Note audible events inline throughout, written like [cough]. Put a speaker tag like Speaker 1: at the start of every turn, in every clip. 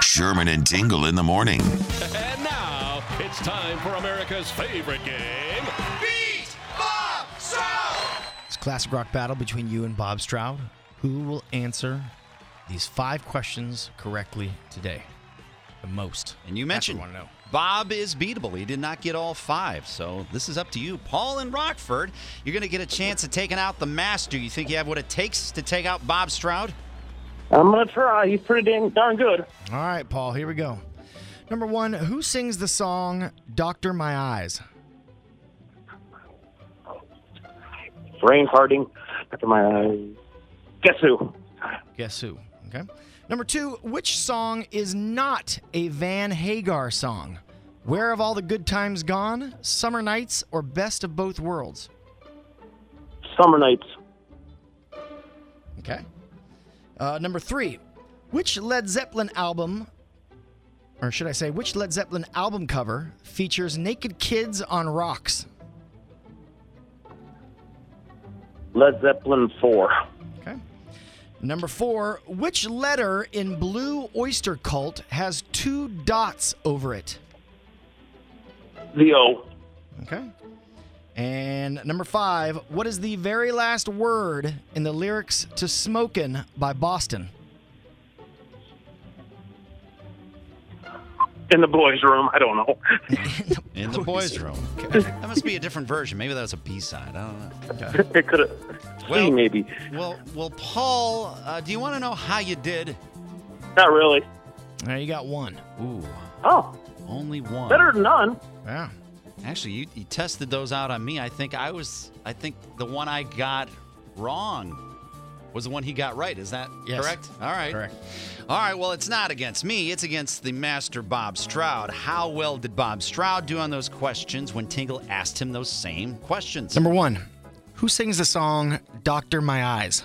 Speaker 1: Sherman and Tingle in the morning.
Speaker 2: And now it's time for America's favorite game. Beat Bob Stroud.
Speaker 3: It's a classic rock battle between you and Bob Stroud. Who will answer these five questions correctly today? The most.
Speaker 4: And you mentioned
Speaker 3: want to know.
Speaker 4: Bob is beatable. He did not get all five, so this is up to you. Paul in Rockford, you're going to get a chance of taking out the master. You think you have what it takes to take out Bob Stroud?
Speaker 5: I'm gonna try. He's pretty dang, darn good.
Speaker 3: All right, Paul. Here we go. Number one. Who sings the song "Doctor My Eyes"?
Speaker 5: Brain farting after my eyes. Guess who?
Speaker 3: Guess who? Okay. Number two. Which song is not a Van Hagar song? Where have all the good times gone? Summer nights or best of both worlds?
Speaker 5: Summer nights.
Speaker 3: Okay. Uh, number three, which Led Zeppelin album, or should I say, which Led Zeppelin album cover features naked kids on rocks?
Speaker 5: Led Zeppelin four.
Speaker 3: Okay. Number four, which letter in Blue Oyster Cult has two dots over it?
Speaker 5: The O.
Speaker 3: Okay. And number five, what is the very last word in the lyrics to Smokin' by Boston?
Speaker 5: In the boys' room. I don't know. [laughs]
Speaker 4: In the boys' room. That must be a different version. Maybe that was a B-side. I don't know.
Speaker 5: it could have.
Speaker 4: Well-
Speaker 5: maybe.
Speaker 4: Well, well, Paul, uh, do you want to know how you did?
Speaker 5: Not really.
Speaker 3: Now you got one.
Speaker 4: Ooh,
Speaker 5: Oh,
Speaker 4: only one.
Speaker 5: better than none.
Speaker 3: Yeah.
Speaker 4: Actually, you, you tested those out on me. I think I was. I think the one I got wrong was the one he got right. Is that
Speaker 3: Yes.
Speaker 4: correct? All right.
Speaker 3: Correct.
Speaker 4: All right. Well, it's not against me. It's against the master Bob Stroud. How well did Bob Stroud do on those questions when Tingle asked him those same questions?
Speaker 3: Number one, who sings the song Doctor My Eyes?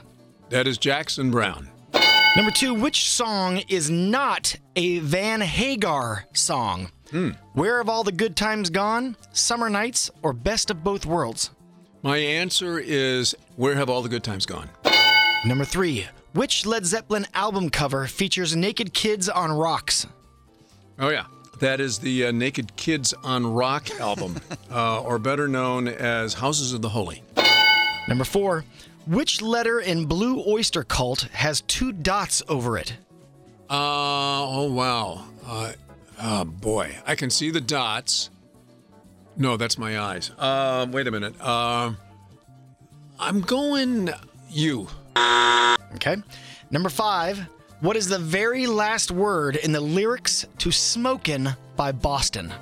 Speaker 6: That is Jackson Brown.
Speaker 3: Number two, which song is not a Van Hagar song?
Speaker 4: Hmm.
Speaker 3: Where have all the good times gone? Summer nights or best of both worlds?
Speaker 6: My answer is Where Have All the Good Times Gone?
Speaker 3: Number three, which Led Zeppelin album cover features naked kids on rocks?
Speaker 6: Oh, yeah. That is the uh, Naked Kids on Rock [laughs] album, uh, or better known as Houses of the Holy.
Speaker 3: Number four, which letter in Blue Oyster Cult has two dots over it?
Speaker 6: Uh, oh, wow. Uh, oh, boy. I can see the dots. No, that's my eyes. Uh, wait a minute. Uh, I'm going you.
Speaker 3: Okay. Number five, what is the very last word in the lyrics to Smokin' by Boston?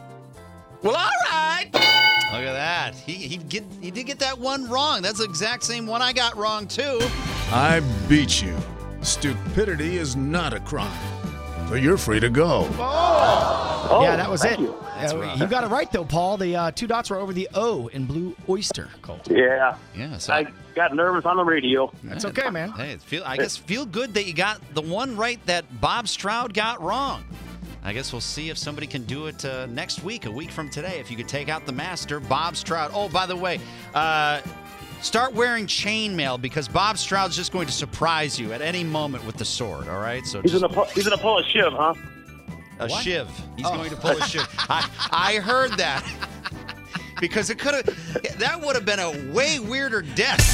Speaker 4: Well, all right. Look at that. He he get he did get that one wrong. That's the exact same one I got wrong too.
Speaker 7: I beat you. Stupidity is not a crime. So you're free to go.
Speaker 5: Oh,
Speaker 3: yeah, that was
Speaker 5: thank
Speaker 3: it.
Speaker 5: you.
Speaker 3: Uh, you got it right though, Paul. The uh, two dots were over the O in Blue Oyster Cult.
Speaker 5: Yeah,
Speaker 4: Yeah. So
Speaker 5: I got nervous on the radio.
Speaker 3: That's okay, man.
Speaker 4: Hey, it feel I guess feel good that you got the one right that Bob Stroud got wrong. I guess we'll see if somebody can do it uh, next week, a week from today. If you could take out the master, Bob Stroud. Oh, by the way, uh, start wearing chainmail because Bob Stroud's just going to surprise you at any moment with the sword. All right, so
Speaker 5: He's
Speaker 4: just
Speaker 5: gonna pu- he's gonna pull a shiv, huh?
Speaker 4: a shiv. He's going to pull a shiv. I, I heard that [laughs] because it could have. That would have been a way weirder death.